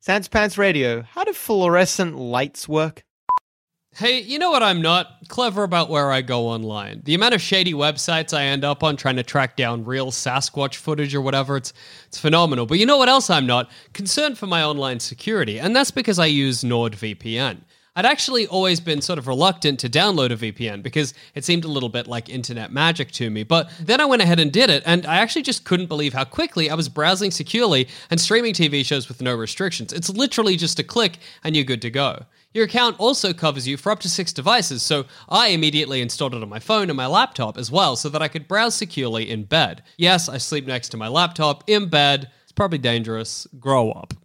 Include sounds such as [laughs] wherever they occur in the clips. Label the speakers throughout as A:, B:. A: Sans Pants Radio, how do fluorescent lights work?
B: Hey, you know what? I'm not clever about where I go online. The amount of shady websites I end up on trying to track down real Sasquatch footage or whatever, it's it's phenomenal. But you know what else I'm not? Concerned for my online security, and that's because I use NordVPN. I'd actually always been sort of reluctant to download a VPN because it seemed a little bit like internet magic to me. But then I went ahead and did it, and I actually just couldn't believe how quickly I was browsing securely and streaming TV shows with no restrictions. It's literally just a click, and you're good to go. Your account also covers you for up to six devices, so I immediately installed it on my phone and my laptop as well so that I could browse securely in bed. Yes, I sleep next to my laptop in bed. It's probably dangerous. Grow up. [laughs]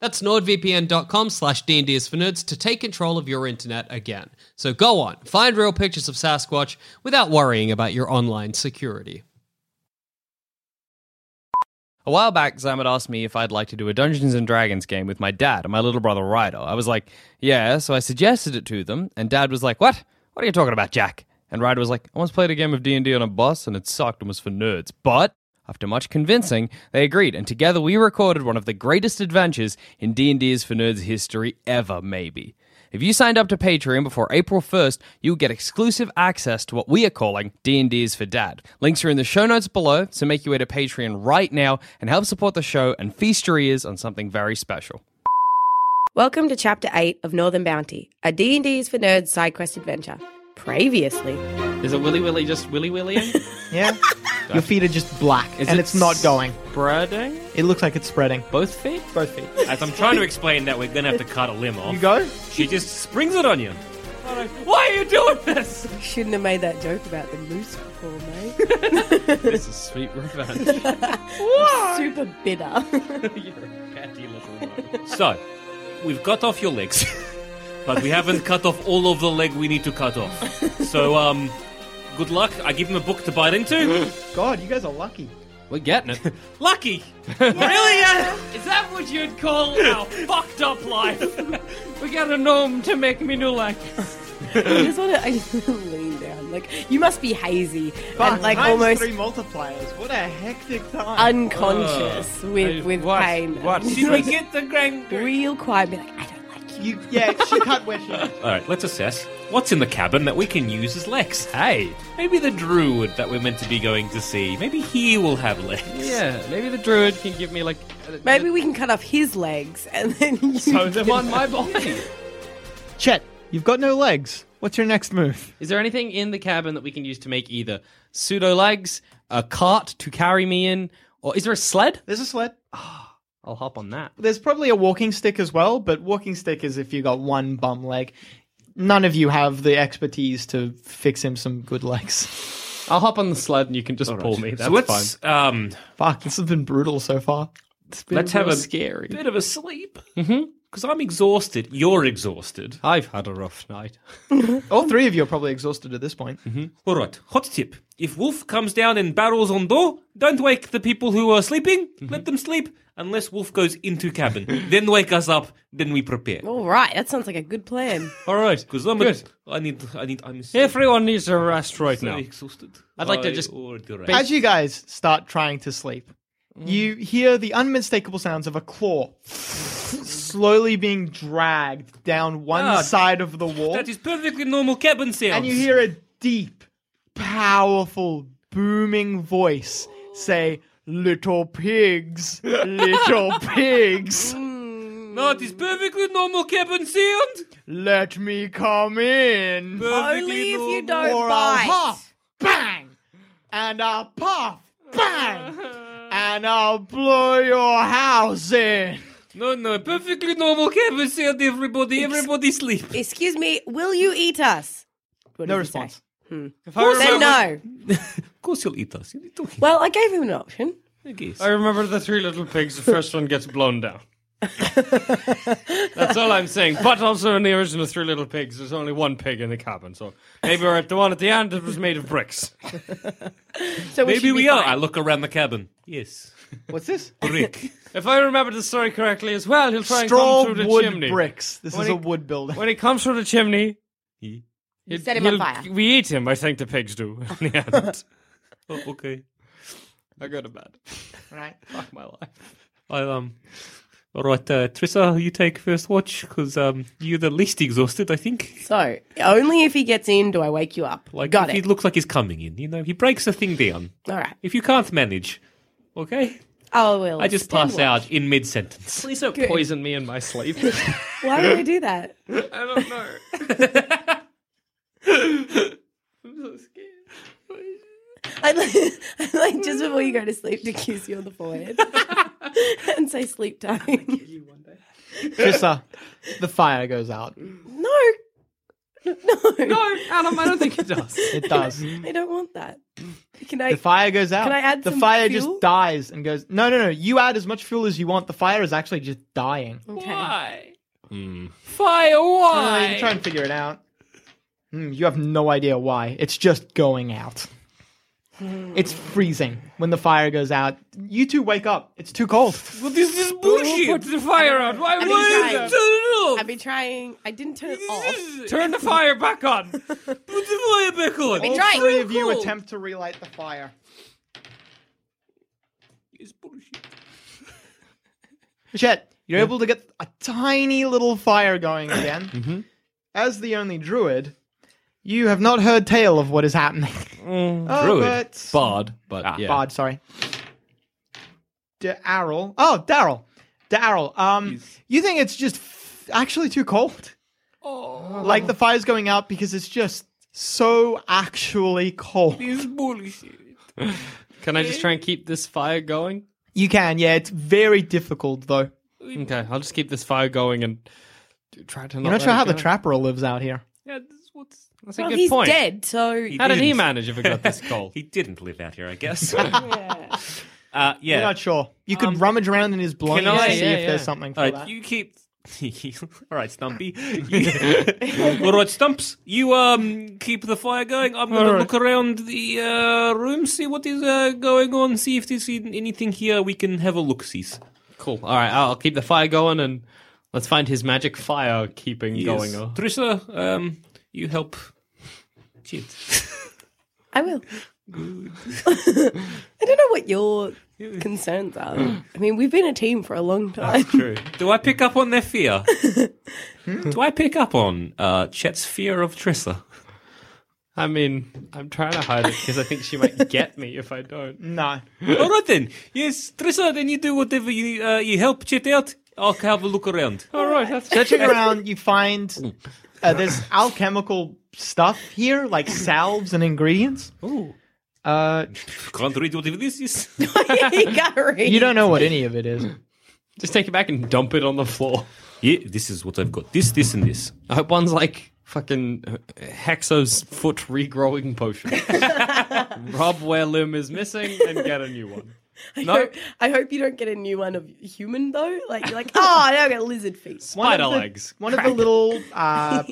B: That's nordvpn.com slash DND is for nerds to take control of your internet again. So go on, find real pictures of Sasquatch without worrying about your online security.
C: A while back, Sam had asked me if I'd like to do a Dungeons and Dragons game with my dad and my little brother Ryder. I was like, yeah, so I suggested it to them, and dad was like, what? What are you talking about, Jack? And Ryder was like, I once played a game of D&D on a bus, and it sucked and was for nerds. But after much convincing, they agreed, and together we recorded one of the greatest adventures in D&D is for nerds history ever, maybe. If you signed up to Patreon before April 1st, you'll get exclusive access to what we are calling D&D's for Dad. Links are in the show notes below, so make your way to Patreon right now and help support the show and feast your ears on something very special.
D: Welcome to Chapter 8 of Northern Bounty, a D&D's for Nerds side quest adventure. Previously.
C: Is it Willy Willy just Willy
A: [laughs]
C: Willying?
A: Yeah? Your feet are just black and it's not going.
E: Spreading?
A: It looks like it's spreading.
C: Both feet?
A: Both feet.
E: As I'm trying to explain that we're gonna have to cut a limb off.
A: You go?
E: She just springs it on you. I'm like, Why are you doing this?
D: You shouldn't have made that joke about the moose before, [laughs] mate.
C: This is sweet
E: [laughs]
C: revenge.
D: Super bitter. [laughs]
C: You're a catty little one.
E: So, we've cut off your legs, [laughs] but we haven't cut off all of the leg we need to cut off. So, um, good luck. I give him a book to bite into.
A: God, you guys are lucky.
C: We're getting it.
E: Lucky! Really? uh, Is that what you'd call our fucked up [laughs] life? we got a gnome to make me new life.
D: I just want to I just wanna lean down. Like, you must be hazy
A: Fuck,
D: and like
A: times
D: almost
A: three multipliers. What a hectic time.
D: unconscious with, with
C: what-
D: pain.
C: what-
D: Just,
E: Did we
D: like,
E: get the grand
D: real quiet be like, I don't like you.
A: you, yeah, she cut where she cut.
D: [laughs]
E: Alright, let's assess what's in the cabin that we can use as Lex. Hey, maybe the druid that we're meant to be going to see, maybe he will have Lex.
C: yeah, maybe the druid can give me like. a-
D: Maybe we can cut off his legs and then you
C: So them on my body.
A: Chet, you've got no legs. What's your next move?
C: Is there anything in the cabin that we can use to make either pseudo legs, a cart to carry me in, or is there a sled?
A: There's a sled.
C: I'll hop on that.
A: There's probably a walking stick as well, but walking stick is if you got one bum leg. None of you have the expertise to fix him some good legs.
C: I'll hop on the sled and you can just pull me. That's
E: so let's
C: fine.
E: um
A: Fuck, this has been brutal so far. It's been
E: Let's have
A: real
E: a-
A: scary.
E: bit of a sleep.
C: Mm-hmm.
E: Because I'm exhausted. You're exhausted.
C: I've had a rough night.
A: All three of you are probably exhausted at this point.
E: All right. Hot tip: If Wolf comes down and barrels on door, don't wake the people who are sleeping.
C: Mm-hmm.
E: Let them sleep unless Wolf goes into cabin. [laughs] then wake us up. Then we prepare.
D: All right, that sounds like a good plan.
C: All right.
E: Because I'm
C: Good.
E: I need. I need. I'm so
C: Everyone needs a rest right now.
E: exhausted.
C: I'd like to
E: I
C: just-
E: already right.
A: As you guys start trying to sleep,
E: Mm.
A: you hear the unmistakable sounds of a claw slowly being dragged down one
E: Ah,
A: side of the wall,
E: that is perfectly normal cabin sounds.
A: and you hear a deep, powerful, booming voice say, Little pigs,
E: [laughs]
A: little pigs,
E: No, it is perfectly normal cabin sound.
A: let me come in.
E: Perfectly
D: Only if
E: normal.
D: you don't
A: or
D: bite.
A: a huff, bang, and a puff,
E: [laughs]
A: bang, and I'll blow your house in.
E: No, no, perfectly normal cabin sound. Everybody, everybody sleep.
D: Excuse me, will you eat us? What
A: No
D: does he say?
A: response.
D: Then no.
E: Of course, you'll eat us. You're talking.
D: Well, I gave him an option.
E: I guess.
C: I remember the three little pigs. The first one gets blown down.
F: That's all I'm saying. But also in the original Three Little Pigs, there's only one pig in the cabin, so maybe we're at the one at the end that was made of bricks.
D: So we should
E: Maybe
D: be
E: we are. I
D: fine.
E: look around the cabin. Yes.
A: What's this?
E: Brick.
F: If I remember the story correctly as well, he'll try
A: Straw
F: and come through the
A: wood
F: chimney.
A: bricks. This
F: When
A: is
F: he-
A: a wood building.
F: When he comes through the chimney,
D: You
F: he'll-
D: set him on
F: he'll-
D: fire.
F: We eat him. I think the pigs do. In the end.
E: Oh, okay.
F: I go to bed.
A: Right.
F: Fuck my life.
E: I um. All right, uh, Trissa, you take first watch because um, you're the least exhausted, I think.
D: So only if he gets in do I wake you up.
E: Like,
D: Got
E: if
D: it.
E: he looks like he's coming in, you know, he breaks the thing down.
D: All right.
E: If you can't manage, okay,
D: I will.
E: I just
D: stand
E: pass
D: watch.
E: out in mid sentence.
F: [laughs] Please don't poison me in my sleep.
D: Why do I do that?
F: I don't know. I'm so scared.
D: [laughs] I like, I like just before you go to sleep to kiss you on the forehead [laughs] and say sleep [laughs] time.
A: Trissa, uh, the fire goes out.
D: No. [laughs] No.
F: No, Adam, I don't think it does.
A: It
D: [laughs]
A: does.
D: I don't want that. Can
A: The
D: I?
A: fire goes out.
D: Can I add
A: The
D: some
A: fire
D: fuel?
A: just dies and goes. No, no, no. You add as much fuel as you want. The fire is actually just dying.
D: okay.
F: Why? Fire,
A: Uh, you
F: why?
A: can try and figure it out. Hmm, you have no idea why. It's just going out.
D: Hmm.
A: It's freezing when the fire goes out. You two wake up. It's too cold.
F: Well, this is bullshit. Put the fire out. Why would
D: Why is
F: you
D: I've been trying. I didn't turn it off.
F: Turn the fire back on. Put the fire back on.
A: All
D: Right.
A: three of you attempt to relight the fire. Jet, you're able to get a tiny little fire going again. As the only druid, you have not heard tale of what is happening. Oh, but- Ah,
F: Bard, but yeah.
A: Bard, sorry. Daryl. Oh, Daryl. Daryl. Um, you think it's just f- actually too cold? Oh. Like the fire's going out because it's just so actually cold.
F: Can I just try and keep this fire going?
A: You can, yeah. It's very difficult though.
F: Okay, I'll just keep this fire going and try to not.
A: You're not
F: let
A: sure
F: it
A: how the
F: go.
A: trapper lives out here.
F: Yeah, this, what's, that's a
D: Well,
F: good
D: he's
F: point.
D: dead, so
F: How did he manage if it got
A: [laughs]
F: this cold?
E: He didn't live out here, I guess. Uh, yeah.
A: You're not sure. You could rummage around in his belongings
F: I-
A: to see
F: yeah,
A: if
F: yeah.
A: there's something for
E: All right,
A: that.
E: you keep. [laughs] All right,
A: [laughs]
E: Stumpy. You- [laughs] All right, Stumps. You um keep the fire going. I'm gonna
F: All right.
E: look around the uh, room, see what is uh, going on, see if there's in- anything here we can have a look. Sees.
F: Cool. All right, I'll keep the fire going and let's find his magic fire keeping going. on.
E: Trissa, um, you help. Shit.
D: I will. [laughs] I don't know what your concerns are. I mean, we've been a team for a long time. [laughs]
E: True. Do I pick up on their fear?
A: Hmm?
E: Do I pick up on uh, Chet's fear of
A: [laughs]
E: Trissa?
F: I mean, I'm trying to hide it because I think
A: [laughs]
F: she might get me if I don't.
A: No.
E: All right then. Yes, Trissa. Then you do whatever you uh, you help Chet out. I'll have a look
F: [laughs]
E: around.
F: All right, that's
A: Searching around, you [laughs] find uh, there's alchemical stuff here, like salves and ingredients. Ooh. Uh,
E: Can't read whatever this is.
D: He got read.
A: you don't know [laughs] what any of it is.
F: Just take it back and dump it on the floor.
E: Yeah, this is what I've got. This, this, and this.
F: I hope one's like fucking uh, Hexo's foot
A: [laughs]
F: regrowing potion. Rob where limb is missing and get a new one.
D: I hope, I hope you don't get a new one of human though. Like you're like, oh, now I got lizard feet.
A: One of
F: Spider
A: the-
F: legs.
A: One of the little [laughs] uh,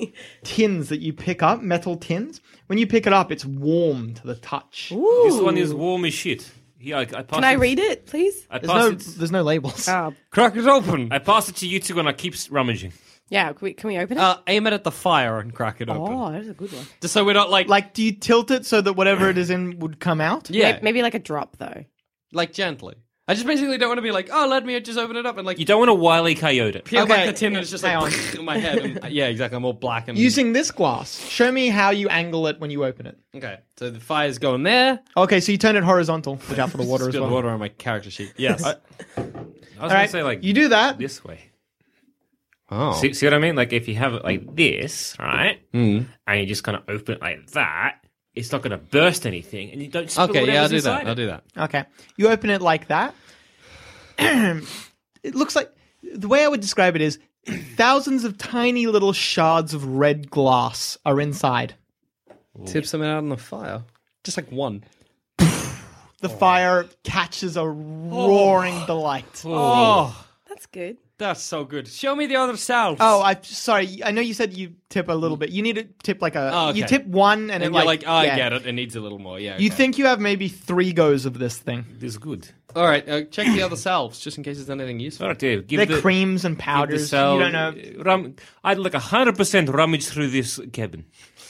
A: tins that you pick up, metal tins. When you pick it up, it's warm to the touch.
E: This one is warm as shit. Here, I, I pass
D: Can I
E: it-
D: read it, please?
E: I
A: There's
E: pass,
A: no,
E: it,
A: there's no labels.
D: Oh,
F: Crack it open.
E: I pass it to you two and I keep rummaging.
D: yeah. Can we, can we open it?
F: Uh, aim it at the fire and crack it open.
D: oh, that's a good one.
F: Just so we're not like,
A: Like, do you tilt it so that whatever it is in would come out?
F: yeah,
D: May- Maybe like a drop though.
F: like gently. I just basically don't want to be like, oh, let me just open it up and like
E: You don't want to wily coyote it.
F: peel back
A: Okay.
F: the tin and it's just
A: Hang
F: like [laughs] in my head. And, yeah, exactly. I'm all black and
A: Using this glass, show me how you angle it when you open it.
F: Okay, so the fire's going there.
A: Okay, so you turn it horizontal. Look out for the water as
F: Spilled
A: well.
F: water on my character [laughs] sheet. Yes.
E: I was
A: All
E: going
A: right,
E: to say, like,
A: you do that.
E: this way.
F: oh.
E: See, see what I mean? Like, if you have it like this, right?
A: Hmm.
E: And you just kind of open it like that, it's not going to burst anything and you don't spill
F: okay, yeah, I'll
E: whatever's
F: do that.
E: inside
F: I'll
E: it.
F: do that.
A: Okay. You open it like that. [clears throat] it looks like the way I would describe it is thousands of tiny little shards of red glass are inside.
F: Tip something out on the fire. Just like one.
A: The fire catches a roaring delight.
F: Oh.
D: That's good.
F: That's so good. Show me the other self.
A: Oh, I sorry. I know you said you tip a little bit. You need to tip like a.
F: Oh, okay.
A: You tip one, and,
F: and
A: it
F: you're
A: like,
F: like, oh, I
A: yeah.
F: get it. It needs a little more. Yeah.
A: You
F: okay.
A: think you have maybe three goes of this thing?
E: This is good.
F: All right. Uh, check the other selves just in case there's anything useful.
E: All right, Dave. Give
A: They're
E: the,
A: creams and
E: give the
A: powders.
E: cell-
A: you don't know.
E: uh, Rum, I'd like hundred percent rummage through this cabin.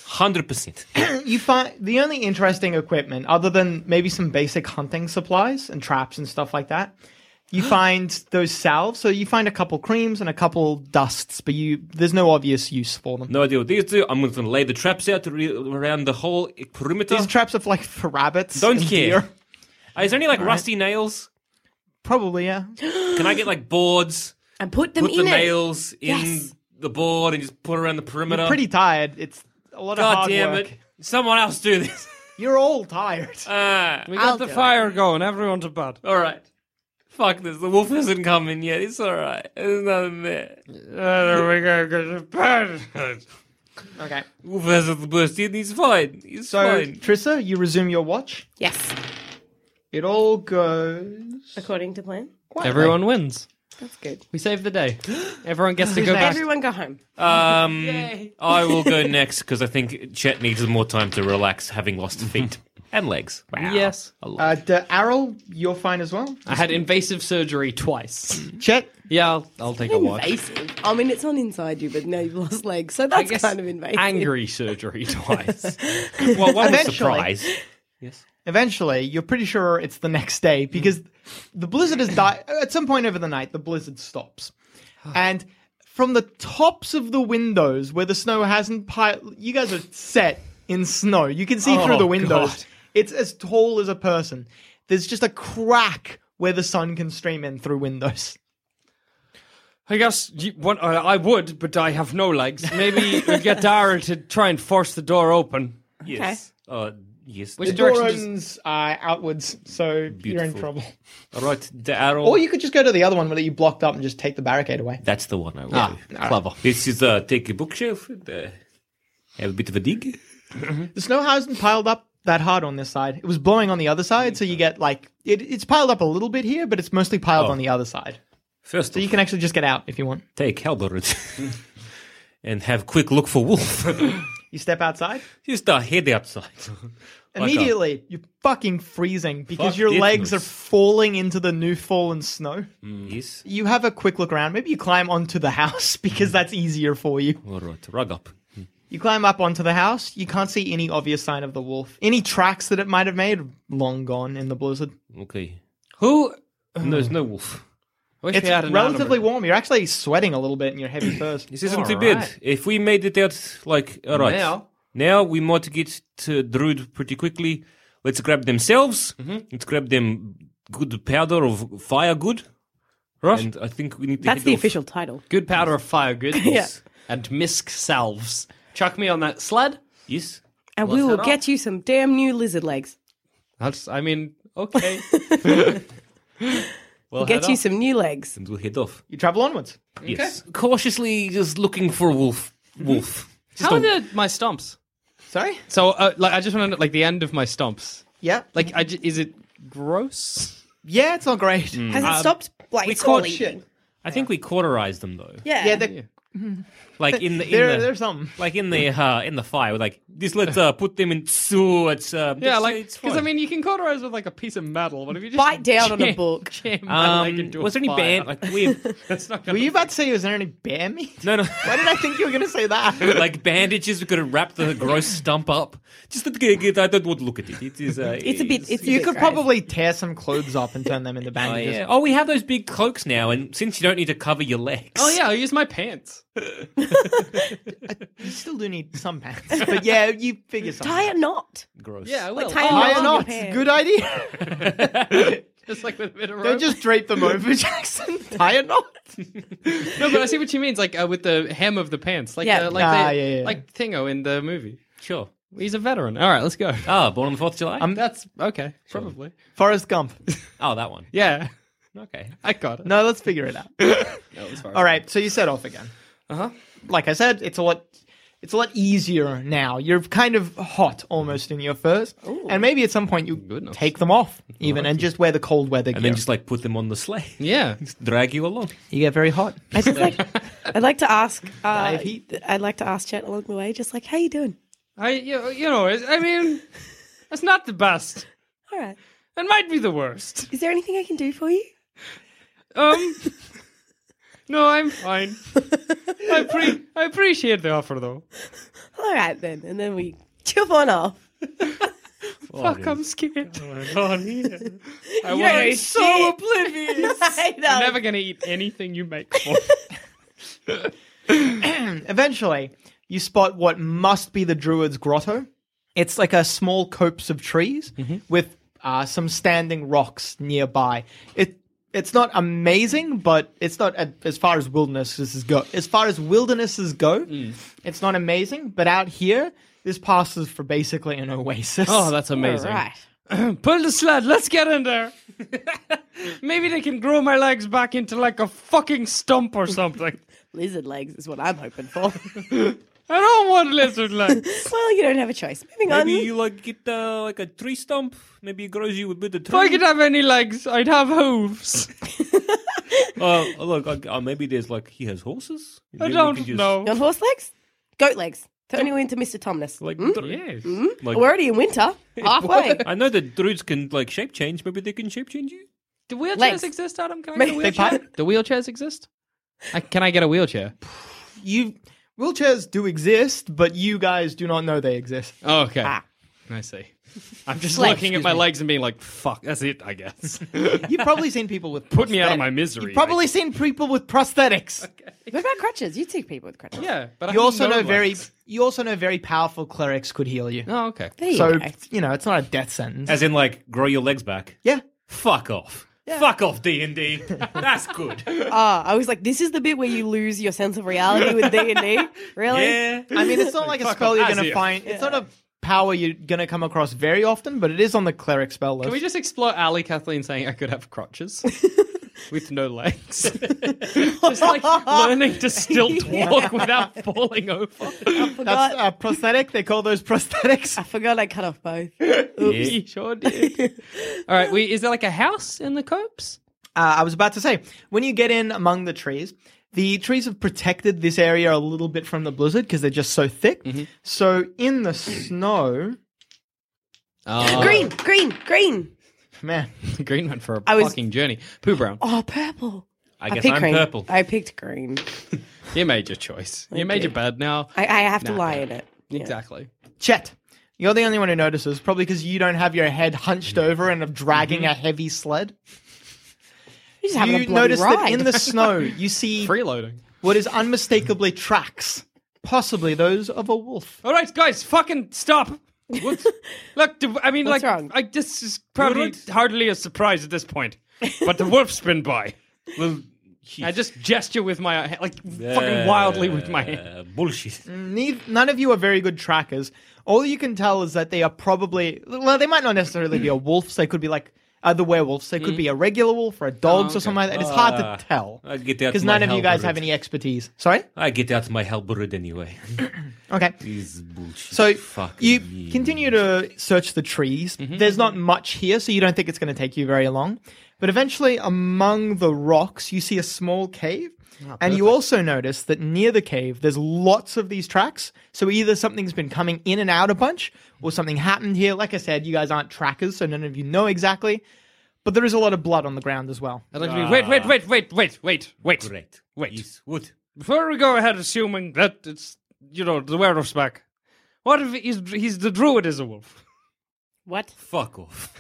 E: Hundred percent.
A: you find the only interesting equipment, other than maybe some basic hunting supplies and traps and stuff like that,
E: [gasps]
A: you find those salves. So you find a couple creams and a couple dusts, but you there's no obvious use for them.
E: No idea what these do. I'm going to lay the traps out re- around the whole perimeter.
A: These traps are for, like for rabbits.
E: Don't
A: and
E: care.
A: deer.
E: Uh, is there any like rusty nails?
A: Probably yeah.
E: Can I get
A: [gasps]
E: like boards?
D: And put them
E: Put the
D: in it.
E: nails
D: Yes.
E: in the board and just put around the perimeter.
A: You're pretty tired. It's a lot of
E: um, God
A: hard
E: damn
A: work.
E: it! Someone else do this. [laughs]
A: You're all tired.
E: Ah.
F: We got the fire going. Everyone to bed.
E: all right. Fuck this. The wolf isn't coming yet. It's all right. There's nothing there.
F: we gotta go to bed.
A: okay.
E: Wolf hasn't burst in. He's fine. He's
A: So [laughs]
E: fine.
A: Trissa, you resume your watch.
D: Yes.
A: It all goes.
D: According to plan.
F: Everyone wins.
D: That's good.
F: We save the day. [gasps] Everyone gets to
A: Who's
F: go back.
A: next?
D: Everyone go home.
E: Um, I will go next because I think Chet needs more time to relax, having
A: [laughs]
E: lost feet and legs. Wow.
F: Yes.
A: Uh, De Arrel, you're fine as well.
F: I had invasive surgery twice.
A: [clears throat] Chet,
F: yeah, I'll, I'll take a watch.
D: Invasive. I mean, it's not inside you, but now you've lost legs, so that's
F: guess
D: kind of invasive.
F: Angry [laughs] surgery twice.
E: Well, one was
A: Eventually.
E: surprise.
A: eventually, you're pretty sure it's the next day because the blizzard has died. At some point over the night, the blizzard [sighs] stops. And from the tops of the windows where the snow hasn't piled, you guys are set in snow. You can see through the windows.
F: God.
A: It's as tall as a person. There's just a crack where the sun can stream in through windows. [laughs]
F: I guess you, one, uh, I would, but I have no legs. [laughs] Maybe we get Dara to try and force the door open.
E: Yes. Uh, yes.
F: Which
A: The
F: door
A: door opens
F: opens
A: uh, outwards, so you're in
E: Beautiful.
A: trouble.
E: All right, the arrow.
A: Or you could just go to the other one where you blocked up and just take the barricade away.
E: That's the one I will.
F: Ah,
E: do.
F: clever.
E: This is uh, take a bookshelf and uh, have a bit of a dig.
A: The snow hasn't piled up that hard on this side. It was blowing on the other side, so you get like it, it's piled up a little bit here, but it's mostly piled
F: Oh.
A: on the other side.
E: First,
A: So you
E: off,
A: can actually just get out if you want.
E: take halberd [laughs] and have quick look for wolf. [laughs]
A: You step outside.
E: Just uh, head outside. Like a-
A: Immediately, you're fucking freezing because
E: Fuck
A: your legs
E: goodness.
A: are falling into the new fallen snow.
E: Yes.
A: You have a quick look around. Maybe you climb onto the house [laughs] because that's easier for you.
E: All right, rug up.
A: You climb up onto the house. You can't see any obvious sign of the wolf. Any tracks that it might have made, long gone in the blizzard.
E: Okay.
F: Who?
E: No, there's no wolf.
F: I wish
A: It's
F: we had an
A: relatively
F: animal.
A: warm. You're actually sweating a little bit in your heavy
F: [clears throat]
A: furs.
E: This isn't
F: All
E: too bad.
F: right.
E: If we made it out, like, all right.
F: Now-
E: Now we might get to Druid pretty quickly. Let's grab themselves. Let's grab them good powder of fire good. Right. And I think we need to
D: That's
E: head
D: the
E: off.
D: official title.
F: Good powder of fire, [laughs] good.
D: Yeah.
F: And misc salves. Chuck me on that sled.
E: Yes.
D: And we will
F: Let's head
D: get you some damn new lizard legs.
F: That's. I mean, okay.
D: We'll get you some new legs.
E: And we'll head off.
A: You travel onwards.
E: Yes. Cautiously just looking for wolf. Wolf.
F: How are the, my stumps?
A: Sorry?
F: So, uh, like, I just want to know, like, the end of my stumps.
A: Yeah.
F: Like, I j- is it gross?
A: Yeah, it's not great.
D: Has it stopped? Like,
E: we
D: it's all
E: caught
D: eating.
E: I think we cauterized them though.
A: [laughs]
D: Yeah.
A: Yeah, they
E: Like in the in
A: there,
E: the
A: there's something.
E: like in the uh, in the fire, like this. Let's uh, put them in. So it's uh,
F: Yeah,
E: it's-
F: like,
E: it's
F: because I
E: fine.
F: mean, you can cauterize with like a piece of metal. What if you just [laughs]
D: Bite down on a
F: jam-
D: book.
F: Jam my leg
E: Um,
F: into
E: was there
F: a
E: any
F: fire?
E: band? Like we
F: [laughs] That's not
A: Were
F: gonna.
A: you about to say, was there any bear meat?
E: no no
A: [laughs] Why did I think you were going to say that?
E: [laughs] like bandages. We're gonna wrap the gross stump up. Just to get, get- I don't want to look at it. It is.
F: [laughs]
E: Uh,
D: It's a bit. It's
A: [laughs]
D: a
A: You
D: bit
A: could
D: gross.
A: probably tear some clothes up and turn them into
E: Oh,
A: bandages.
E: yeah. oh, we have those big cloaks now, and since you don't need to cover your legs.
F: Oh yeah, I use my pants.
A: You still do need some pants. [laughs] But yeah, you figure something.
D: tie a knot.
E: gross.
F: Yeah, I will.
D: Like, tie a
F: Oh,
A: Tie
D: knot
A: a
D: on
A: knot.
D: your pants.
A: Good idea.
F: [laughs] just like with a bit of rope.
A: Don't just drape them over, [laughs] Jackson. Tie a knot.
F: No, but I see what you mean. It's like uh, with the hem of the pants, like
D: Yeah.
F: the, like
A: Ah,
F: the,
A: yeah, yeah.
F: like Thingo in the movie.
E: sure.
F: He's a veteran. All right, let's go.
E: Ah, born on the Fourth of July.
F: That's okay, probably.
A: Forrest Gump.
E: oh, that one.
F: Yeah, [laughs]
E: Okay.
F: I got it.
A: No, let's figure it out.
F: That was far.
E: Uh-huh.
A: All right, so you set off again. Uh huh. Like I said, it's a lot. It's a lot easier now. You're kind of hot almost in your furs, and maybe at some point you
C: Goodness.
A: take them off even and just wear the cold weather
E: And
A: gear.
E: then just like put them on the sleigh. [laughs]
C: Yeah.
E: Drag you along.
A: you get very hot.
D: I just like. I'd like to ask. Uh,
A: of heat.
D: th- I'd like to ask Chet along the way, just like, how you doing?
F: I, you, you know, it's- I mean, that's not the best.
D: All right.
F: That might be the worst.
D: Is there anything I can do for you?
F: Um, no,
C: [laughs]
F: I'm fine. I, pre- I appreciate the offer, though.
D: All right then. And then we chip on off.
C: Oh,
F: Fuck, I'm scared. I
D: You're
F: am
D: shit. [laughs]
F: so oblivious.
C: [laughs]
D: I know.
F: I'm never gonna eat anything you make for.
A: Eventually, you spot what must be the druid's grotto. It's like a small copse of trees
C: Mm-hmm.
A: with uh, some standing rocks nearby. It it's not amazing, but it's not a- as far as wildernesses go. As far as wildernesses go,
C: Mm.
A: it's not amazing. But out here, this passes for basically an oasis.
C: Oh,
A: [laughs]
C: that's amazing.
D: All right.
F: Pull the sled. Let's get in
C: [laughs]
F: there. Maybe they can grow my legs back into like a fucking stump or something.
C: [laughs]
D: Lizard legs is what I'm hoping for. [laughs]
F: I don't want lizard legs.
D: well, you don't have a choice. Moving
E: Maybe
D: on.
E: you like get uh, like a tree stump. Maybe it grows you a bit of
F: If I
E: tree.
F: could have any legs, I'd have hooves.
E: Uh, look, like, uh, maybe there's like he has horses.
F: I
E: Maybe we
F: don't
E: could just-
F: know.
D: You want horse legs? Goat legs. Turning you into Mr. Tomness.
E: Like, dr-
F: Yes.
C: Hmm?
E: like
D: We're already in winter. Halfway.
E: I know that druids can like shape change. Maybe they can shape change you.
C: Do wheelchairs
D: Legs.
C: exist, Adam? Can I get
D: Maybe-
C: a
A: They
C: wheelchair?
A: pa-
C: Do wheelchairs exist? I, can I get a wheelchair?
A: you wheelchairs do exist, but you guys do not know
C: [laughs]
A: they exist.
C: Oh, okay.
D: Ah.
C: I
D: [laughs]
C: see. I'm just
D: Sled.
C: looking at my legs and being like, fuck, that's it, I guess.
D: [laughs]
C: [laughs]
A: You've probably seen people with
C: Put me out of my
A: prosthetics.
C: misery.
A: You've probably seen people with prosthetics.
D: What about crutches? You take people with crutches.
C: Yeah, but I
A: You also
C: no
A: know very
C: legs.
A: you also know very powerful clerics could heal you.
C: Oh, okay.
D: There you
A: so
D: go.
A: you know it's not a death sentence.
E: As in, like, grow your legs back.
A: yeah,
E: Fuck off. Fuck off, D and D. That's good.
D: Ah, I was like, this is the bit where you lose your sense of reality with D and D. Really?
E: yeah.
A: I mean
C: [laughs]
A: it's not like a spell you're
C: off,
A: gonna
C: Azir.
A: find. It's not a power you're gonna come across very often, but it is on the cleric spell list.
C: Can we just explore Ali Kathleen saying I could have
D: [laughs]
C: crotches with no legs? just like learning to
D: [laughs]
C: stilt walk without falling over.
D: I
A: That's
D: forgot.
A: uh, prosthetic. They call
C: [laughs]
A: those prosthetics. Uh,
D: I forgot I cut off both.
C: He sure did. All right, we, is there like a house in the copes?
A: Uh, I was about to say, when you get in among the trees, the trees have protected this area a little bit from the blizzard because they're just so thick.
C: Mm-hmm.
A: So in the snow,
C: Oh,
D: green, green, green.
A: man,
C: [laughs] green went for a
D: I was-
C: fucking journey. Pooh Brown,
D: Oh, purple.
E: I guess
D: picked
E: I'm
D: green.
E: purple.
D: I picked green.
C: you made your choice. You made
D: you.
C: your bed now.
D: I, I have to
C: Nah,
D: lie
C: fair.
D: in it. Yeah.
C: Exactly.
A: Chet, you're the only one who notices, probably because you don't have your head hunched over and are dragging a heavy sled.
D: Mm-hmm. You're just having
A: you
D: a bloody
A: notice
D: ride.
A: that in the snow you see
C: Freeloading.
A: what is unmistakably tracks, possibly those of a wolf.
F: All right, guys, fucking stop.
D: [laughs]
F: What? Look, do- I mean,
D: What's
F: like,
D: wrong?
F: I, this is probably
E: You're right.
F: hardly a surprise at
D: [laughs]
F: this point. But the wolf's been by.
E: Well,
F: I just gesture with my hand, like, fucking wildly with my hand.
E: uh, bullshit.
A: Neith- None of you are very good trackers. All you can tell is that they are probably well, they might not necessarily be a
D: Mm.
A: wolf. So they could be like other werewolfs. They could be a regular wolf or a
D: Oh,
A: dogs or something like that. It's hard
E: Ah,
A: to tell
E: I'd get out
A: because
E: my
A: none of you guys
E: halberd.
A: have any expertise. Sorry.
E: I get out my halberd anyway.
A: Okay.
E: These bullshit.
A: So
E: Fuck
A: you
E: me.
A: continue to search the trees. There's not much here, so you don't think it's going to take you very long. But eventually, among the rocks, you see a small cave. and you also notice that near the cave, there's lots of these tracks. So either something's been coming in and out a bunch, or something happened here. Like I said, you guys aren't trackers, so none of you know exactly. But there is a lot of blood on the ground as well.
F: I'd like to be- wait, wait, wait, wait, wait, wait, wait.
E: Great.
F: Wait.
E: Yes. What?
F: Before we go ahead, assuming that it's, you know, the werewolf's back, what if he's, he's the druid is a wolf?
D: [laughs] what?
E: Fuck off.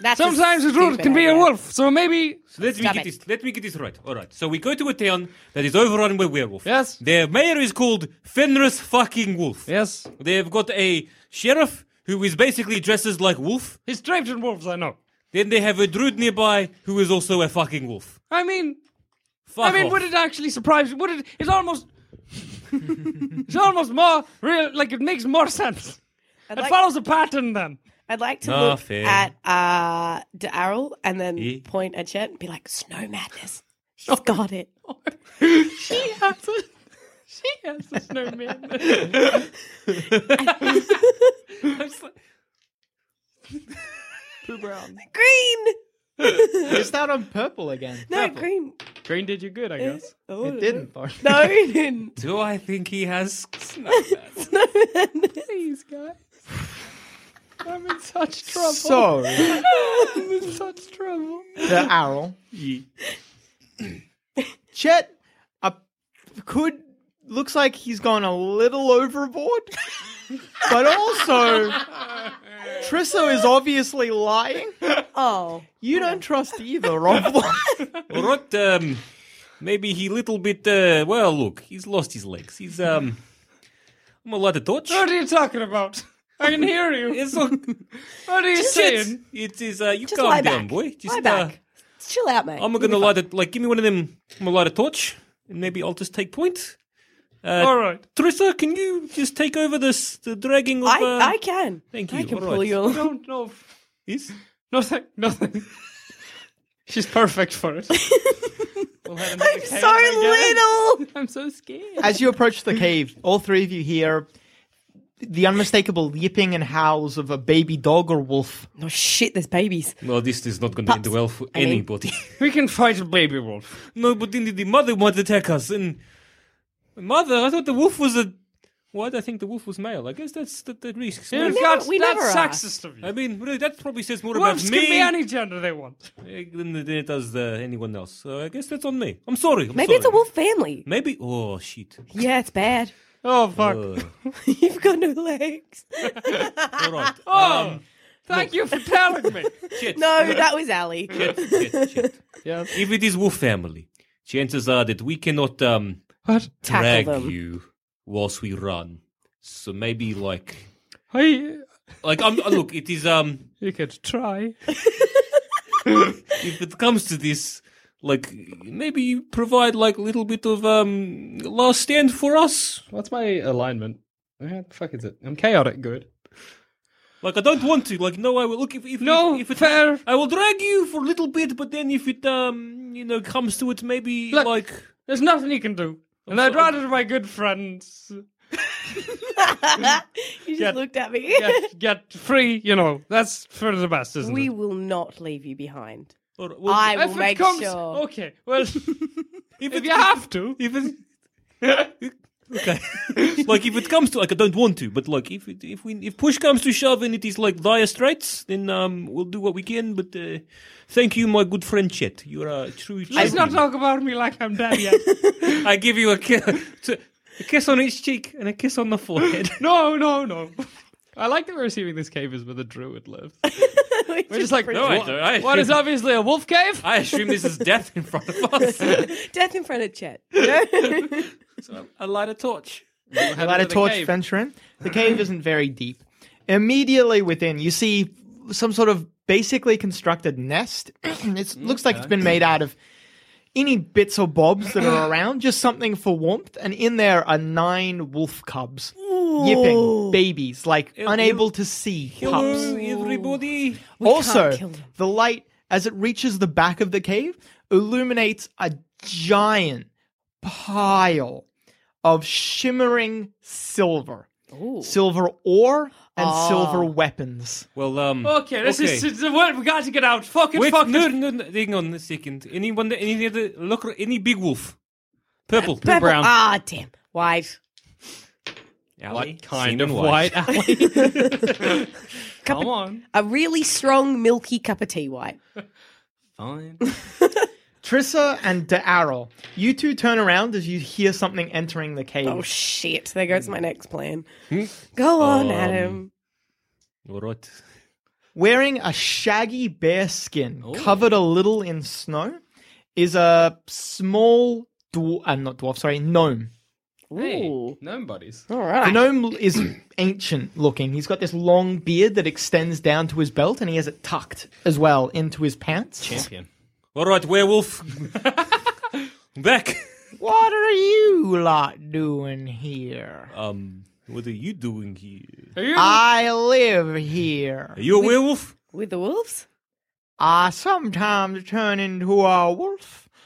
D: That's a
F: Sometimes the druid
D: stupid
F: can be a
D: idea.
F: wolf, so maybe.
E: So let me
D: Stop
E: get
D: it.
E: this. Let me get this right. All right. So we go to a town that is overrun by werewolves.
F: Yes.
E: Their mayor is called Fenris fucking Wolf.
F: Yes.
E: They've got a sheriff who is basically dresses like wolf.
F: He's draped in wolves, I know.
E: Then they have a druid nearby who is also a fucking wolf.
F: I mean,
E: Fuck
F: I mean,
E: off.
F: would it actually surprise you? Would it? It's almost. [laughs] it's almost more real. Like it makes more sense.
D: I'd
F: it
D: like,
F: follows a pattern [laughs] then.
D: I'd like to
E: Nah,
D: look
E: fair.
D: at uh, Darryl and then
E: Yeah.
D: point at
E: [laughs]
D: Chet and be like, "Snow madness." She's got it.
F: she has it. She has a [laughs] snowman.
E: I'm just like-
F: Pooh Brown.
D: Green.
E: [laughs]
A: It's out on purple again.
D: No, green.
F: Green did you good, I guess.
D: Oh,
A: It didn't. though. [laughs]
D: No, it didn't. [laughs]
E: Do I think he has [laughs] snowman?
D: Snowman.
E: [laughs]
F: Please, guys. I'm in such trouble.
A: So
F: I'm in such trouble.
A: the Owl. Chet uh, could looks like he's gone a little overboard, but also Trisso is obviously lying.
D: Oh.
A: You don't trust either of them.
E: All right, um, maybe he little bit. Uh, well, look, he's lost his legs. He's um, I'm a lot of touch.
F: What are you talking about? I can hear you.
E: It's not-
F: What are you
E: Shit.
F: saying?
E: It is. Uh, you
D: Just lie
E: calm down,
D: back.
E: boy. Just
D: lie
E: uh,
D: back. Chill out, mate.
E: I'm gonna light it. Like, give me one of them. I'm gonna light a torch, and maybe I'll just take point. Uh,
F: All right.
E: Trissa, can you just take over this the dragging of?
D: I,
E: uh,
D: I can.
E: Thank
D: I
E: you.
D: can
E: All
D: pull
E: right.
D: you along.
F: Don't know. if-
D: [laughs]
E: Yes?
F: Nothing. Nothing. [laughs] She's perfect for it.
D: I'm so
E: [laughs]
D: little.
F: I'm so scared.
A: [laughs] As you approach the cave, all three of you hear the unmistakable yipping and howls of a baby dog or wolf.
D: No shit, there's babies.
E: Well, this is not going to
D: Pups.
E: end well for
D: I mean-
E: anybody. [laughs]
F: We can fight a baby wolf.
E: no, but then the mother wanted to attack us, and mother, I thought the wolf was a. What? I think the wolf was male. I guess that's the, the risk.
F: You've
D: never-
F: got-
D: we
F: that's
D: never asked.
F: sexist of you.
E: I mean, really, that probably says more
F: Wolves
E: about
F: can be
E: me
F: any gender they want.
E: eh, than than it does uh, anyone else. So I guess that's on me. I'm sorry. I'm
D: Maybe it's a
E: sorry.
D: wolf family.
E: Maybe. Oh shit.
D: Yeah, it's bad. [laughs]
F: Oh fuck!
E: Uh,
D: You've got no legs.
E: all right.
F: oh,
E: Um,
F: thank you for telling me.
E: shit.
D: No, that was Ali.
E: Shit, shit, shit. If it is wolf family, chances are that we cannot um,
F: [laughs] what?
D: Tackle
E: drag
D: them.
E: you whilst we run. So maybe like,
F: I,
E: like I'm uh, look. It is um.
F: you could try.
E: If it comes to this, like maybe you provide like a little bit of um last stand for us.
F: What's my alignment? What the fuck is it? I'm chaotic good.
E: Like I don't want to. Like no, I will look if if
F: No,
E: if, if it,
F: fair.
E: I will drag you for a little bit, but then if it um you know comes to it, maybe
F: Look.
E: like
F: There's nothing you can do. And I'd rather my good friends
D: You just
F: Yeah.
D: looked at me. [laughs]
F: get, get free, you know. That's for the best, isn't
D: We
F: it?
D: will not leave you behind.
E: or, well,
D: I
F: If
D: will
F: it
D: make
F: comes-
D: sure.
F: Okay, well, [laughs] if
E: it-
F: you have to.
E: if it okay [laughs] like if it comes to like I don't want to, but like if it, if we if push comes to shove and it is like dire straits, then um we'll do what we can. But uh, thank you, my good friend Chet. You're a true.
F: Let's not
E: champion.
F: talk about me like I'm dead
D: [laughs]
F: yet.
E: I give you a [laughs] kiss, a kiss on each cheek and a kiss on the forehead.
F: [laughs] no, no, no. I like that we're assuming this cave is where the druid
E: [laughs]
F: lives. We're
A: [laughs]
F: just like,
E: No, I
F: what-
E: don't- I-
F: what is obviously a wolf cave?
E: I assume this is death in front of [laughs] us.
D: [laughs] Death in front of Chet. [laughs]
E: So I light a torch.
F: Head
A: Light a
F: into the
A: torch
F: cave.
A: venture in. The cave isn't very deep. Immediately within, you see some sort of basically constructed nest. [clears throat] it looks like it's been made out of any bits or bobs that are around, just something for warmth. And in there are nine wolf cubs, yipping babies, like unable to see pups.
E: Hello, everybody.
D: can't
A: Also,
D: kill them.
A: the light as it reaches the back of the cave illuminates a giant pile of shimmering silver. Silver ore and silver weapons.
E: Well, um.
F: Okay, this is is what we got to get out. Fucking
E: Wait,
F: fuck
E: no,
F: this.
E: no, no, hang on a second. Anyone, any other, look, any big wolf. Purple.
D: Purple. Ah, damn. White.
E: Alley,
F: kind
E: seen
F: of
E: and [laughs]
F: white alley?
D: Cup
F: Come
D: of,
F: on.
D: a really strong, milky cup of tea white.
C: Fine.
A: Trissa and Daarl, you two turn around as you hear something entering the cave.
D: Oh, shit. There goes my next plan. Go on, Adam.
E: All right.
A: Wearing a shaggy bear skin covered a little in snow is a small dwarf, uh, not dwarf, sorry, gnome.
F: Hey, gnome buddies.
D: All
A: The
D: right.
A: gnome is ancient looking. He's got this long beard that extends down to his belt, and he has it tucked as well into his pants.
C: Champion.
E: All right, werewolf. Back.
A: What are you lot doing here?
E: Um, what are you doing here?
F: Are you?
A: I live here.
E: Are you a werewolf?
D: With the wolves?
A: I sometimes turn into a wolf.
D: [laughs]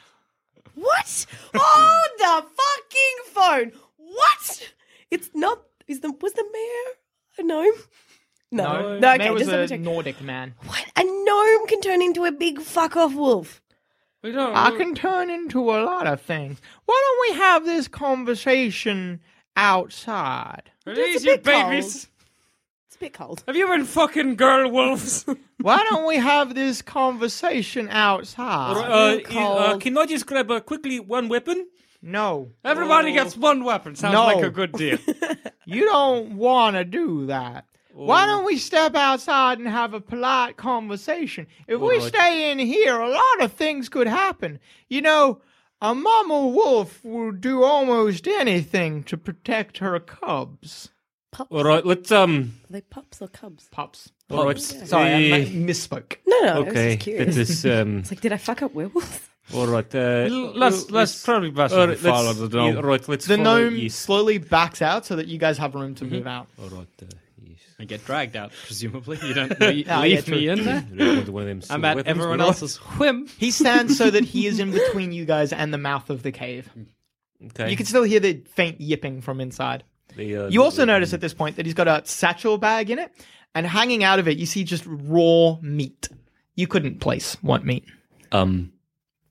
D: What? On the fucking phone. What? It's not. Is the was the mayor a gnome? No, no. okay,
A: Mayor was
D: just double
A: a
D: check.
A: Nordic man.
D: What? A gnome can turn into a big fuck off wolf.
F: We don't.
A: I ah, can turn into a lot of things. Why don't we have this conversation outside?
F: release
D: a
F: your
D: bit cold.
F: babies.
D: It's a bit [laughs] cold.
F: Have you been fucking
A: [laughs]
F: girl wolves?
A: Why don't we have this conversation outside?
E: Uh,
D: Real
E: is- uh,
D: cold.
E: can I just grab uh, quickly one weapon?
A: No,
F: Everybody gets one weapon. Sounds
A: Oh. No.
F: like a good
A: [laughs]
F: deal.
A: you don't want to do that. Why don't we step outside and have a polite conversation? If we stay in here, a lot of things could happen. You know, a mama wolf will do almost anything to protect her cubs.
E: All right, let's um.
D: Are they pups or cubs?
A: Pups.
E: All right,
A: Sorry, I
E: eh,
A: mi- misspoke.
D: No, no. I was
E: Okay,
D: just curious.
E: this is um.
D: It's like, did I fuck up werewolves?
E: All right, uh,
F: let's let's probably best
E: all right,
F: follow
E: uh, let's,
F: the
E: yeah,
F: gnome.
E: right, let's
A: The
E: follow
A: gnome
E: yes.
A: slowly backs out so that you guys have room to move out.
E: All right, uh, yes.
G: I get dragged out, presumably. You
A: [laughs]
G: don't le- leave,
A: yeah,
G: me
A: true.
G: in there.
E: You don't want one of them
G: I'm
E: silver
G: at
E: weapons,
G: everyone
E: but all right.
G: else's whim.
A: He stands so that he is in between you guys and the mouth of the cave.
E: Okay.
A: You can still hear the faint yipping from inside.
E: The, uh,
A: You also
E: the-
A: notice at this point that he's got a satchel bag in it, and hanging out of it, you see just raw meat. You couldn't place what meat.
E: um.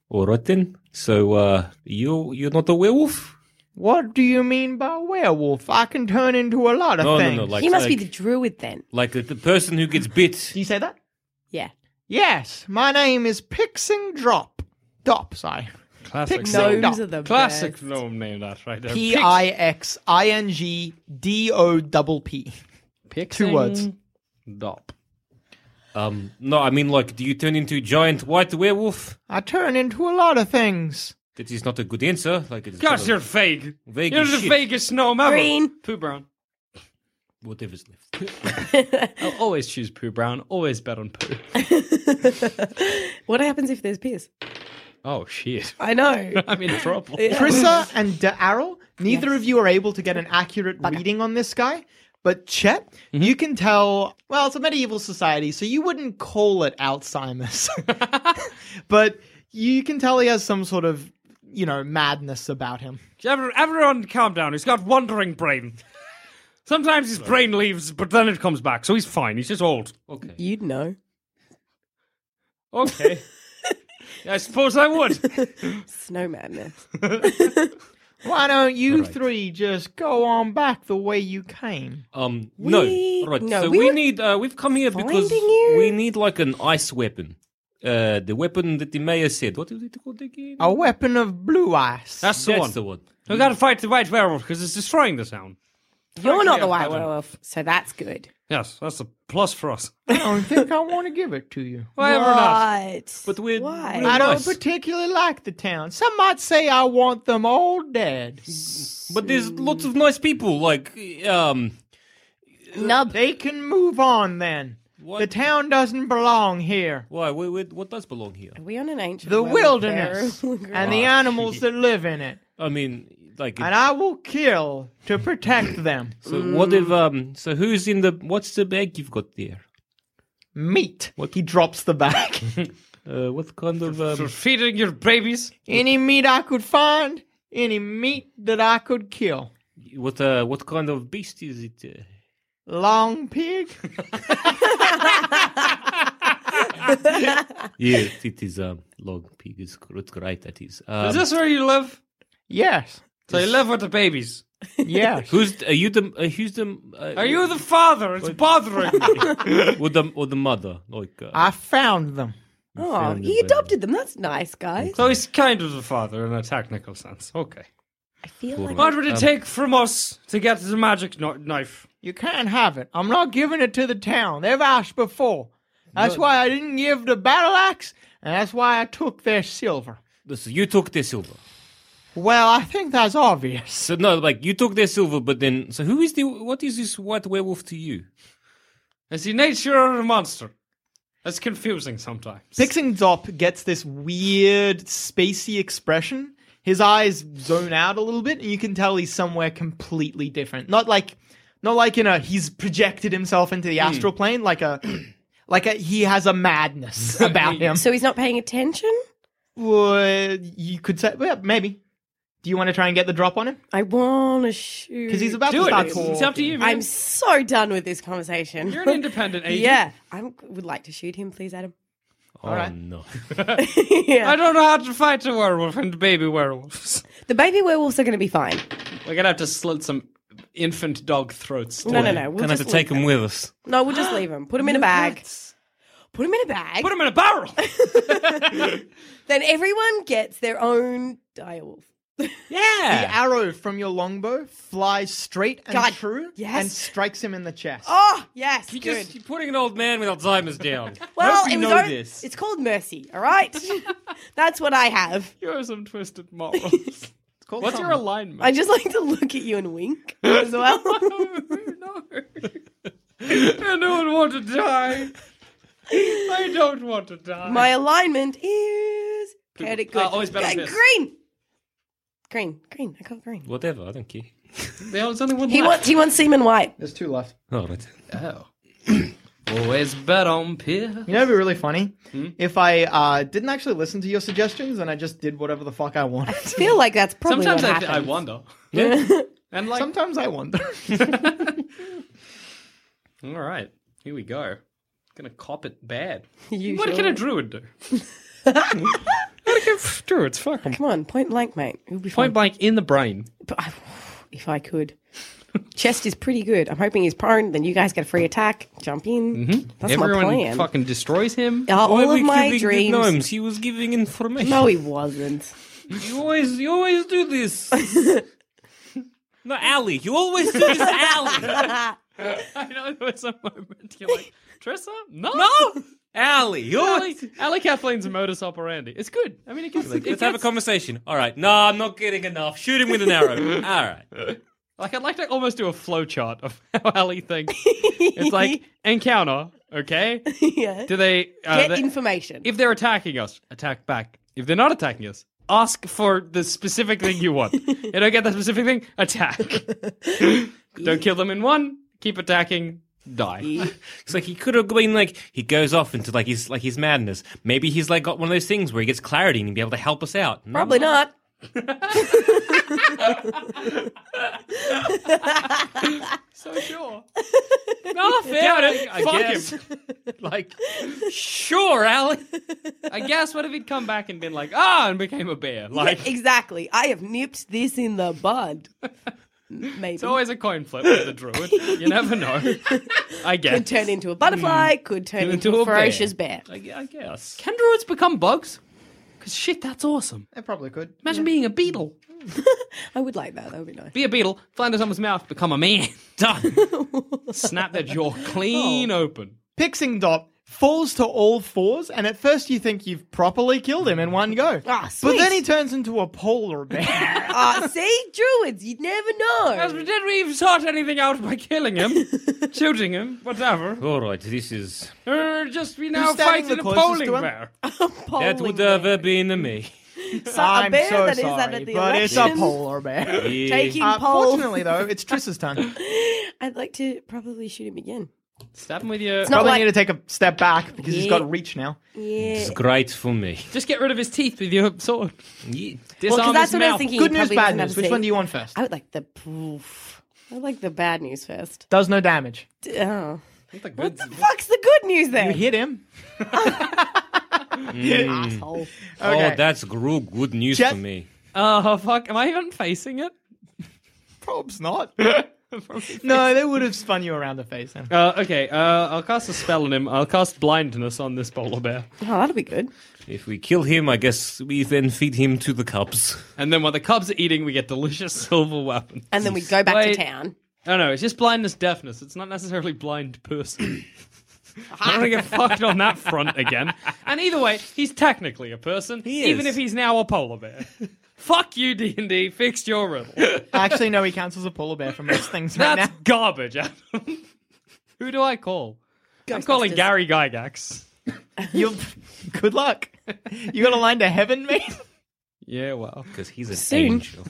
E: All right then. So uh, you you're not a werewolf?
A: What do you mean by werewolf? I can turn into a lot of
E: No,
A: things.
E: no, no.
D: [laughs]
E: Like
D: He must
E: like,
D: be the druid then.
E: like the, the person who gets bit.
A: [laughs] do you say that?
D: Yeah.
A: Yes, my name is Pixing Drop. Dop, sorry.
G: Classic,
A: Pixing
G: gnome-
A: Dop.
D: Gnomes are the
G: classic
D: best.
G: gnome name, that right there.
A: P I X I N G D O double P. Two words.
G: Dop.
E: Um. No, I mean like, do you turn into a giant white werewolf?
A: I turn into a lot of things.
E: That is not a good answer. Like it's
F: Gosh,
E: kind
F: you're
E: of
F: vague.
E: vague
F: You're
E: as
F: the
E: shit.
F: vaguest gnome ever.
D: Green.
F: Pooh Brown.
E: Whatever's left.
G: I'll always choose Pooh Brown. Always bet on Pooh. [laughs]
D: What happens if there's Pierce?
G: Oh, shit.
D: I know.
G: I'm in [laughs] trouble.
A: Prissa and Darryl, neither of you are able to get an accurate reading on this guy. But Chet, you can tell, well, it's a medieval society, so you wouldn't call it Alzheimer's. [laughs] but you can tell he has some sort of, you know, madness about him.
F: Every- Everyone, calm down. He's got wandering brain. Sometimes his brain leaves, but then it comes back, so he's fine. He's just old.
E: Okay.
D: You'd know.
F: Okay. I suppose I would.
D: Snow madness.
A: Why don't you three just go on back the way you came?
E: [laughs] Um. no.
D: We-
E: All right.
D: no,
E: so
D: we
E: we,
D: were
E: need. Uh, we've come here because
D: finding you.
E: we need like an ice weapon. Uh, the weapon that the mayor said. What is it called again?
A: A weapon of blue ice.
F: That's the one.
E: the one.
F: We gotta fight the white werewolf because it's destroying the town.
D: You're not the
F: I
D: white
F: don't-
D: werewolf, so that's good.
F: Yes, that's a plus for us.
A: I don't think I want to give it to you.
F: Why ever not?
D: But,
E: But we're-
D: Why?
E: we're-
A: I don't
E: Nice.
A: particularly like the town. Some might say I want them all dead.
E: But there's lots of nice people. Like, um,
D: Nub.
A: They can move on then.
E: What?
A: The town doesn't belong here.
E: why? Where, where, what does belong here?
D: Are we on an ancient
A: The
D: werewolf
A: wilderness
D: burial
A: [laughs] and the animals that live in it.
E: I mean, like,
A: And I will kill to protect them.
E: so what if? Um, so who's in the? What's the bag you've got there?
A: Meat. He drops the bag.
E: Uh, what kind of?
F: For
E: Um,
F: feeding your babies.
A: [laughs] any meat I could find, any meat that I could kill.
E: what? Uh, what kind of beast is it? Uh,
A: Long [laughs] pig?
E: yeah, it is a um, long pig. It's, gr- it's great. That is. Um,
F: Is this where you live?
A: Yes.
F: So you live with the babies.
A: Yes.
E: who's? Are you the? Uh, who's the? Uh,
F: Are you the father? It's bothering me.
E: or the or the mother? Like, uh,
A: I found them.
D: Oh, he adopted them. That's nice, guys.
F: [laughs] so he's kind of the father in a technical sense. Okay. Um,
D: I feel like
F: What would it take from us to get the magic kno- knife?
A: You can't have it. I'm not giving it to the town. They've asked before. That's why I didn't give the battle axe, and that's why I took their silver.
E: this, you took their silver.
A: Well, I think that's obvious.
E: So no, like you took their silver, but then so who is the? What is this white werewolf to you?
F: Is he nature or a monster? That's confusing sometimes.
A: Pixing Zop gets this weird, spacey expression. His eyes zone out a little bit, and you can tell he's somewhere completely different. Not like, not like in a he's projected himself into the astral plane, like a, [clears throat] like a he has a madness about him.
D: so. He's not paying attention.
A: Would you could say well, maybe? Do you want to try and get the drop on him?
D: I wanna shoot.
A: Because he's about
F: Do
A: to
F: it.
A: start
F: It's,
A: talking.
F: it's up to you, man.
D: I'm so done with this conversation.
F: You're an independent agent.
D: yeah, I would like to shoot him, please, Adam.
A: All right.
E: Oh, No.
D: yeah.
F: I don't know how to fight a werewolf and baby werewolves.
D: The baby werewolves are going to be fine.
F: [laughs] We're gonna have to slit some infant dog throats.
D: No, no, no. We'll
E: Gonna have
D: just
E: to take
D: leave
E: him with us.
D: No, we'll just leave him. Put him in a bag. Put him in a bag.
F: Put them in a [laughs] barrel.
D: Then everyone gets their own direwolf.
A: The arrow from your longbow flies straight and
D: God,
A: true
D: yes.
A: and strikes him in the chest.
D: Oh yes,
E: You
D: good.
E: just, you're putting an old man with Alzheimer's down.
D: well,
E: Hope
D: it
E: you
D: was
E: know
D: our-
E: this.
D: it's called mercy. All right, that's what I have.
F: you have some
D: [laughs]
F: twisted morals.
A: It's called
F: What's your
A: something.
F: alignment?
D: I just like to look at you and wink as well.
F: [laughs] no. I don't want to die. I don't want to die.
D: My alignment is chaotic good.
F: Uh, always better
D: Green.
F: than this.
D: green, green, green. I got green.
E: Whatever, I don't care.
F: There's only one
D: He
F: left.
D: wants he wants semen white.
A: There's two left.
E: All right.
F: Always bet on peer.
A: You know, it'd be really funny
D: Hmm?
A: if I uh, didn't actually listen to your suggestions and I just did whatever the fuck I wanted.
D: I feel like that's probably
F: Sometimes
D: what
F: I, th- I
D: happens.
F: wonder. and like,
A: Sometimes I wonder. [laughs]
F: all right, here we go. Gonna cop it bad.
D: [laughs] You
F: What
D: sure?
F: can a druid
D: [laughs]
F: do? what can druids? Fuck 'em.
D: Come on, point blank, mate. It'll be
F: Point
D: fine.
F: blank in the brain.
D: But I- [sighs] if I could. Chest is pretty good. I'm hoping he's prone. Then you guys get a free attack. Jump in. That's
F: Mm-hmm. Everyone
D: my plan.
F: fucking destroys him.
D: Uh,
E: Why
D: all
E: we
D: of my
E: giving the
D: dreams.
E: Gnomes? He was giving information.
D: No, he wasn't. [laughs]
E: You always, you always do this. [laughs] no, Ali. You always do this, Ali.
F: [laughs] I know there was a moment you're like, Tressa? No!
E: no, Ali. You
F: Ali,
E: always.
F: Ali Kathleen's modus operandi. It's good. I mean, it gets, it
E: Let's have a
F: gets-
E: conversation. All right. No, I'm not getting enough. Shoot him with an arrow. All right.
F: Like, I'd like to almost do a flowchart of [laughs] how Ali thinks.
E: [laughs]
F: it's like, encounter, okay?
D: yeah.
F: Do they. Uh,
D: Get
F: they-
D: information.
F: if they're attacking us, attack back. If they're not attacking us, ask for the specific thing you want. you don't get the specific thing, attack.
E: [laughs]
F: don't kill them in one, keep attacking, die.
E: [laughs] It's like he could have been like he goes off into like his like his madness. Maybe he's like got one of those things where he gets clarity and he'd be able to help us out. No.
D: Probably not.
F: So sure.
E: No, fair. I,
F: Fuck
E: guess.
F: him.
E: [laughs] Like, sure, Ali.
F: I guess what if he'd come back and been like, ah, and became a bear? Like,
D: exactly. I have nipped this in the bud. Maybe.
F: It's always a coin flip with a druid. You never [laughs] know. I guess.
D: could turn into a butterfly, could turn into,
F: Mm. into
D: a
F: a bear.
D: ferocious bear.
E: I, I guess.
F: Can druids become bugs? Because shit, that's awesome.
A: I probably could.
F: Imagine being a beetle.
D: I would like that. That would be nice.
F: Be a beetle, fly into someone's mouth, become a man. [laughs] Done. Snap their jaw clean open.
A: Pixing Dot falls to all fours, and at first you think you've properly killed him in one go.
D: Ah,
A: but
D: sweet.
A: then he turns into a polar bear.
F: [laughs]
D: Ah, see, druids, you'd never
F: As
D: know.
F: we did, we sort anything out by killing [laughs] him, shooting him, whatever.
E: All right, this is
F: Uh, just we now
A: standing
F: fight
A: the
F: in a
A: closest
F: polling
A: to him?
F: bear.
E: that
D: Polling
E: would
D: bear.
E: ever been a me.
D: So- [laughs] a
A: I'm
D: bear
A: so
D: that is
A: sorry,
D: out at the
A: but it's a
D: election.
A: polar
D: [laughs]
A: bear.
D: Taking
A: Uh,
D: polls.
A: fortunately, though, it's Triss's
D: [laughs]
A: turn.
D: I'd like to probably shoot him again.
F: Stab him with your.
D: not
A: Probably
D: like-
A: need to take a step back because he's
D: Yeah.
A: got reach now.
D: Yeah.
E: It's great for me.
F: Just get rid of his teeth with your sword.
D: Well, because
F: Disarm
D: that's what
F: his
D: I was
F: mouth.
D: thinking.
A: Good news, bad news. Which one do you want first?
D: I would like the poof. I would like the bad news first.
A: Does no damage.
D: D- Oh.
F: The good-
D: What the fuck's the good news
A: You
D: then?
A: hit him.
D: [laughs] Asshole.
A: Okay.
E: Oh, that's gr- good news
A: Jeff-
E: for me.
F: Oh, fuck. Am I even facing it?
A: Probs not. [laughs] no, they would have spun you around the face. Then.
F: Uh, okay, uh, I'll cast a spell on him. I'll cast blindness on this polar bear.
D: Oh, that'll be good.
E: If we kill him, I guess we then feed him to the [laughs] cubs.
F: And then while the cubs are eating, we get delicious [laughs] silver weapons.
D: And then we go back
F: Wait.
D: to town.
F: No, no, it's just blindness, deafness. It's not necessarily
A: [coughs]
F: blind person. I don't want to get fucked on that front again. And either way, he's technically a person, even
E: is.
F: if he's now a
A: [laughs]
F: polar bear. Fuck you, D and D. Fix your riddle.
A: Actually, no, he counts as a polar bear for most things right
F: That's
A: now. [laughs]
F: garbage, Adam. [laughs] Who do I call? I'm calling
D: Ghostbusters.
F: Gary Gygax.
A: You'll, good luck. You got a line to heaven, mate.
F: Yeah, well,
E: Because he's an
D: Soon.
E: angel.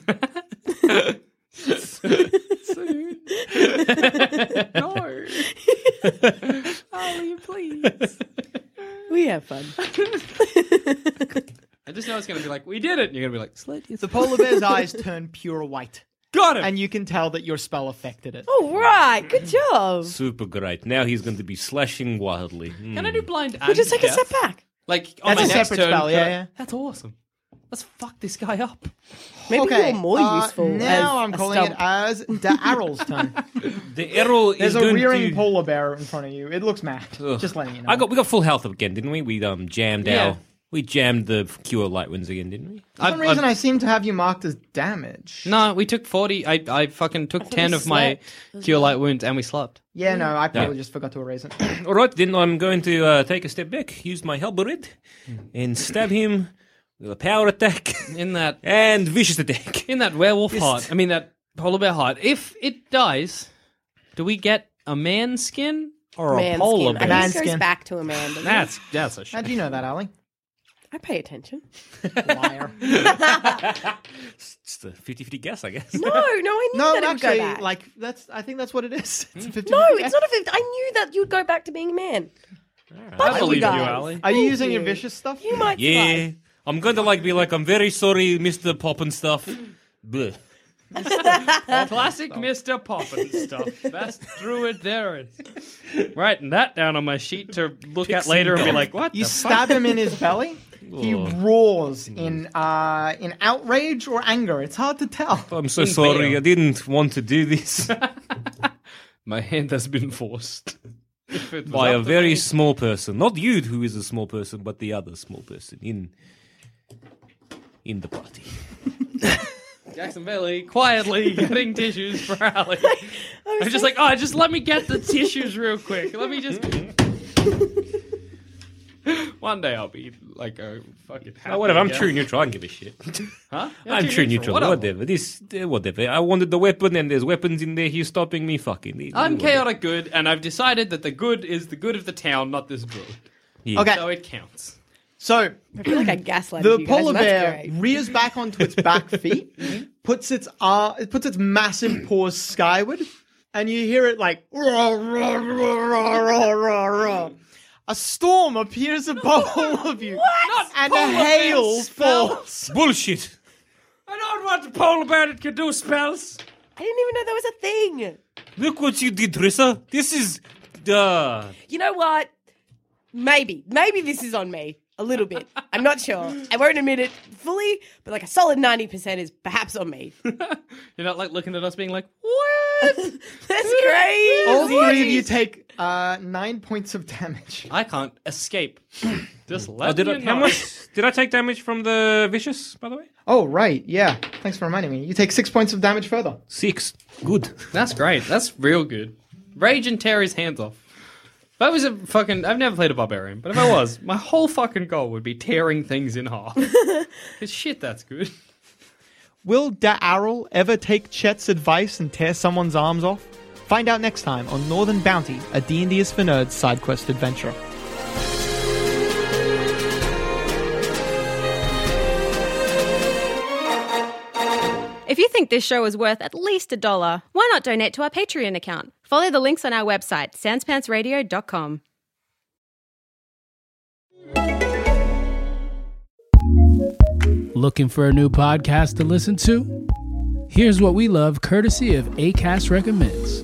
F: no. Ali, please.
D: We have fun.
F: I just snow is going to be like, we did it. And you're going to be like, slit your
A: The [laughs] polar bear's eyes turn pure white,
F: Got him.
A: and you can tell that your spell affected it.
D: All
A: [laughs]
D: right, good job.
E: [laughs] Super great. Now he's going to be slashing wildly. Hmm.
F: Can I do blind?
D: We just
F: and
D: take a
F: death?
D: step back.
F: Like on
A: That's
F: my
A: a
F: next
A: separate
F: turn,
A: spell,
F: could
A: yeah,
F: I-
A: yeah.
F: That's awesome. Let's fuck this guy up.
D: Maybe
A: okay,
D: you're more
A: uh,
D: useful.
A: Now
D: as
A: I'm
D: a
A: calling
D: stump.
A: it as Daryl's [laughs] turn.
E: The arrow
A: There's
E: is
A: a
E: going
A: rearing
E: to...
A: polar bear in front of you. It looks mad. Just letting you know.
E: I got we got full health again, didn't we? We um jammed
F: Yeah.
E: our we jammed the cure light winds again, didn't we?
A: For some reason, i Hmm? seem to have you marked as damage.
F: No, we took forty. I I fucking took ten
D: we
F: of my
D: slept.
F: cure light wounds, and we slept.
A: Yeah, no, I probably just forgot to erase it.
E: All right, then I'm going to uh, take a step back, use my halberd, and stab him with a power attack [laughs]
F: In that
E: and vicious attack.
F: in that werewolf heart. I mean that polar bear heart. If it dies, do we get a man skin or a
D: Man
F: polar
D: skin.
F: bear?
D: I
A: Man
D: think it goes
A: skin.
D: back to a man. doesn't it?
F: That's that's a shit.
A: How do you know that, Ali?
D: I pay attention.
A: [laughs] Liar.
E: It's the 50-50 guess, I [laughs] guess.
D: No, no, I knew
A: No,
D: that it would go
A: actually,
D: back.
A: like that's. I think that's what it is. [laughs] It's a 50
D: no, it's not a fifth. I knew that you'd go back to being a man. But
F: I believe you,
D: guys.
F: Ali.
A: Are you
D: Thank
A: using your
D: you.
A: vicious stuff?
D: You might
E: Yeah, I'm going to like be like, I'm very sorry, Mister Pop and
F: [laughs]
E: stuff. Bleh.
F: Classic Mr.
E: [laughs]
F: Poppin stuff. That's druid there. Writing that down on my sheet to look at later and be like, what?
A: You
F: the
A: stab him in his belly. He roars in uh, in outrage or anger. It's hard to tell.
E: I'm so sorry. I didn't want to do
F: [laughs]
E: this
F: My hand has been forced. [laughs] If it was
E: by a
F: up to
E: very
F: me-
E: small person. Not you, who is a small person, but the other small person in in the party.
F: Ah, Jackson Bailey
E: [laughs]
F: quietly getting tissues for Ali.
D: I
F: I'm just like, oh, just let me get the tissues real quick. Let me
E: [laughs]
F: just. One day I'll be like a fucking.
E: Oh, whatever. I'm
F: happy
E: true neutral. I don't give a shit.
F: guy. Huh?
E: [laughs] I'm true neutral.
F: Whatever.
E: Whatever. This, uh, whatever. I wanted the weapon, and there's weapons in there. He's stopping me. Fucking. whatever.
F: I'm chaotic good, and I've decided that the good is the good of the town, not this druid. So
A: Okay,
F: it counts.
A: so
D: I feel like I gaslighted
A: the
D: you guys,
A: polar
D: and that's
A: bear
D: great.
A: rears back onto its
D: [laughs]
A: back feet, puts its uh, it puts its massive paws skyward, and you hear it like "Roar, roar, roar, roar, roar, roar, roar." A storm appears above all of you, and a hail falls.
E: Bullshit.
F: I don't want the polar bear that can do spells.
D: I didn't even know that was a thing.
E: Look what you did, Rissa. This is. Uh,
D: You know what? Maybe, maybe this is on me a little bit. I'm not sure. I won't admit it fully, but like a solid ninety percent is perhaps on me. [laughs]
F: You're not like looking at us being like, what?
D: That's great.
A: All three of you take uh, nine points of damage.
F: I can't [laughs] escape. Just let
E: oh, did
F: me
E: I, how
F: know.
E: much? Did I take damage from the vicious? By the way,
A: Oh right, yeah. Thanks for reminding me. You take six points of damage further.
E: six. Good.
F: That's great. That's real good. Rage and tear his hands off. If I was a fucking, I've never played a barbarian, but if I was, my whole fucking goal would be tearing things in half. 'Cause shit, that's good.
A: Will Da'Arl ever take Chet's advice and tear someone's arms off? Find out next time on Northern Bounty, a D&D is for nerds side quest adventure.
H: If you think this show is worth at least a dollar, why not donate to our Patreon account? Follow the links on our website, sanspantsradio.com.
I: Looking for a new podcast to listen to? Here's what we love courtesy of ACAST Recommends.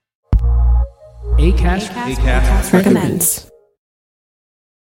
I: ACAST, recommends.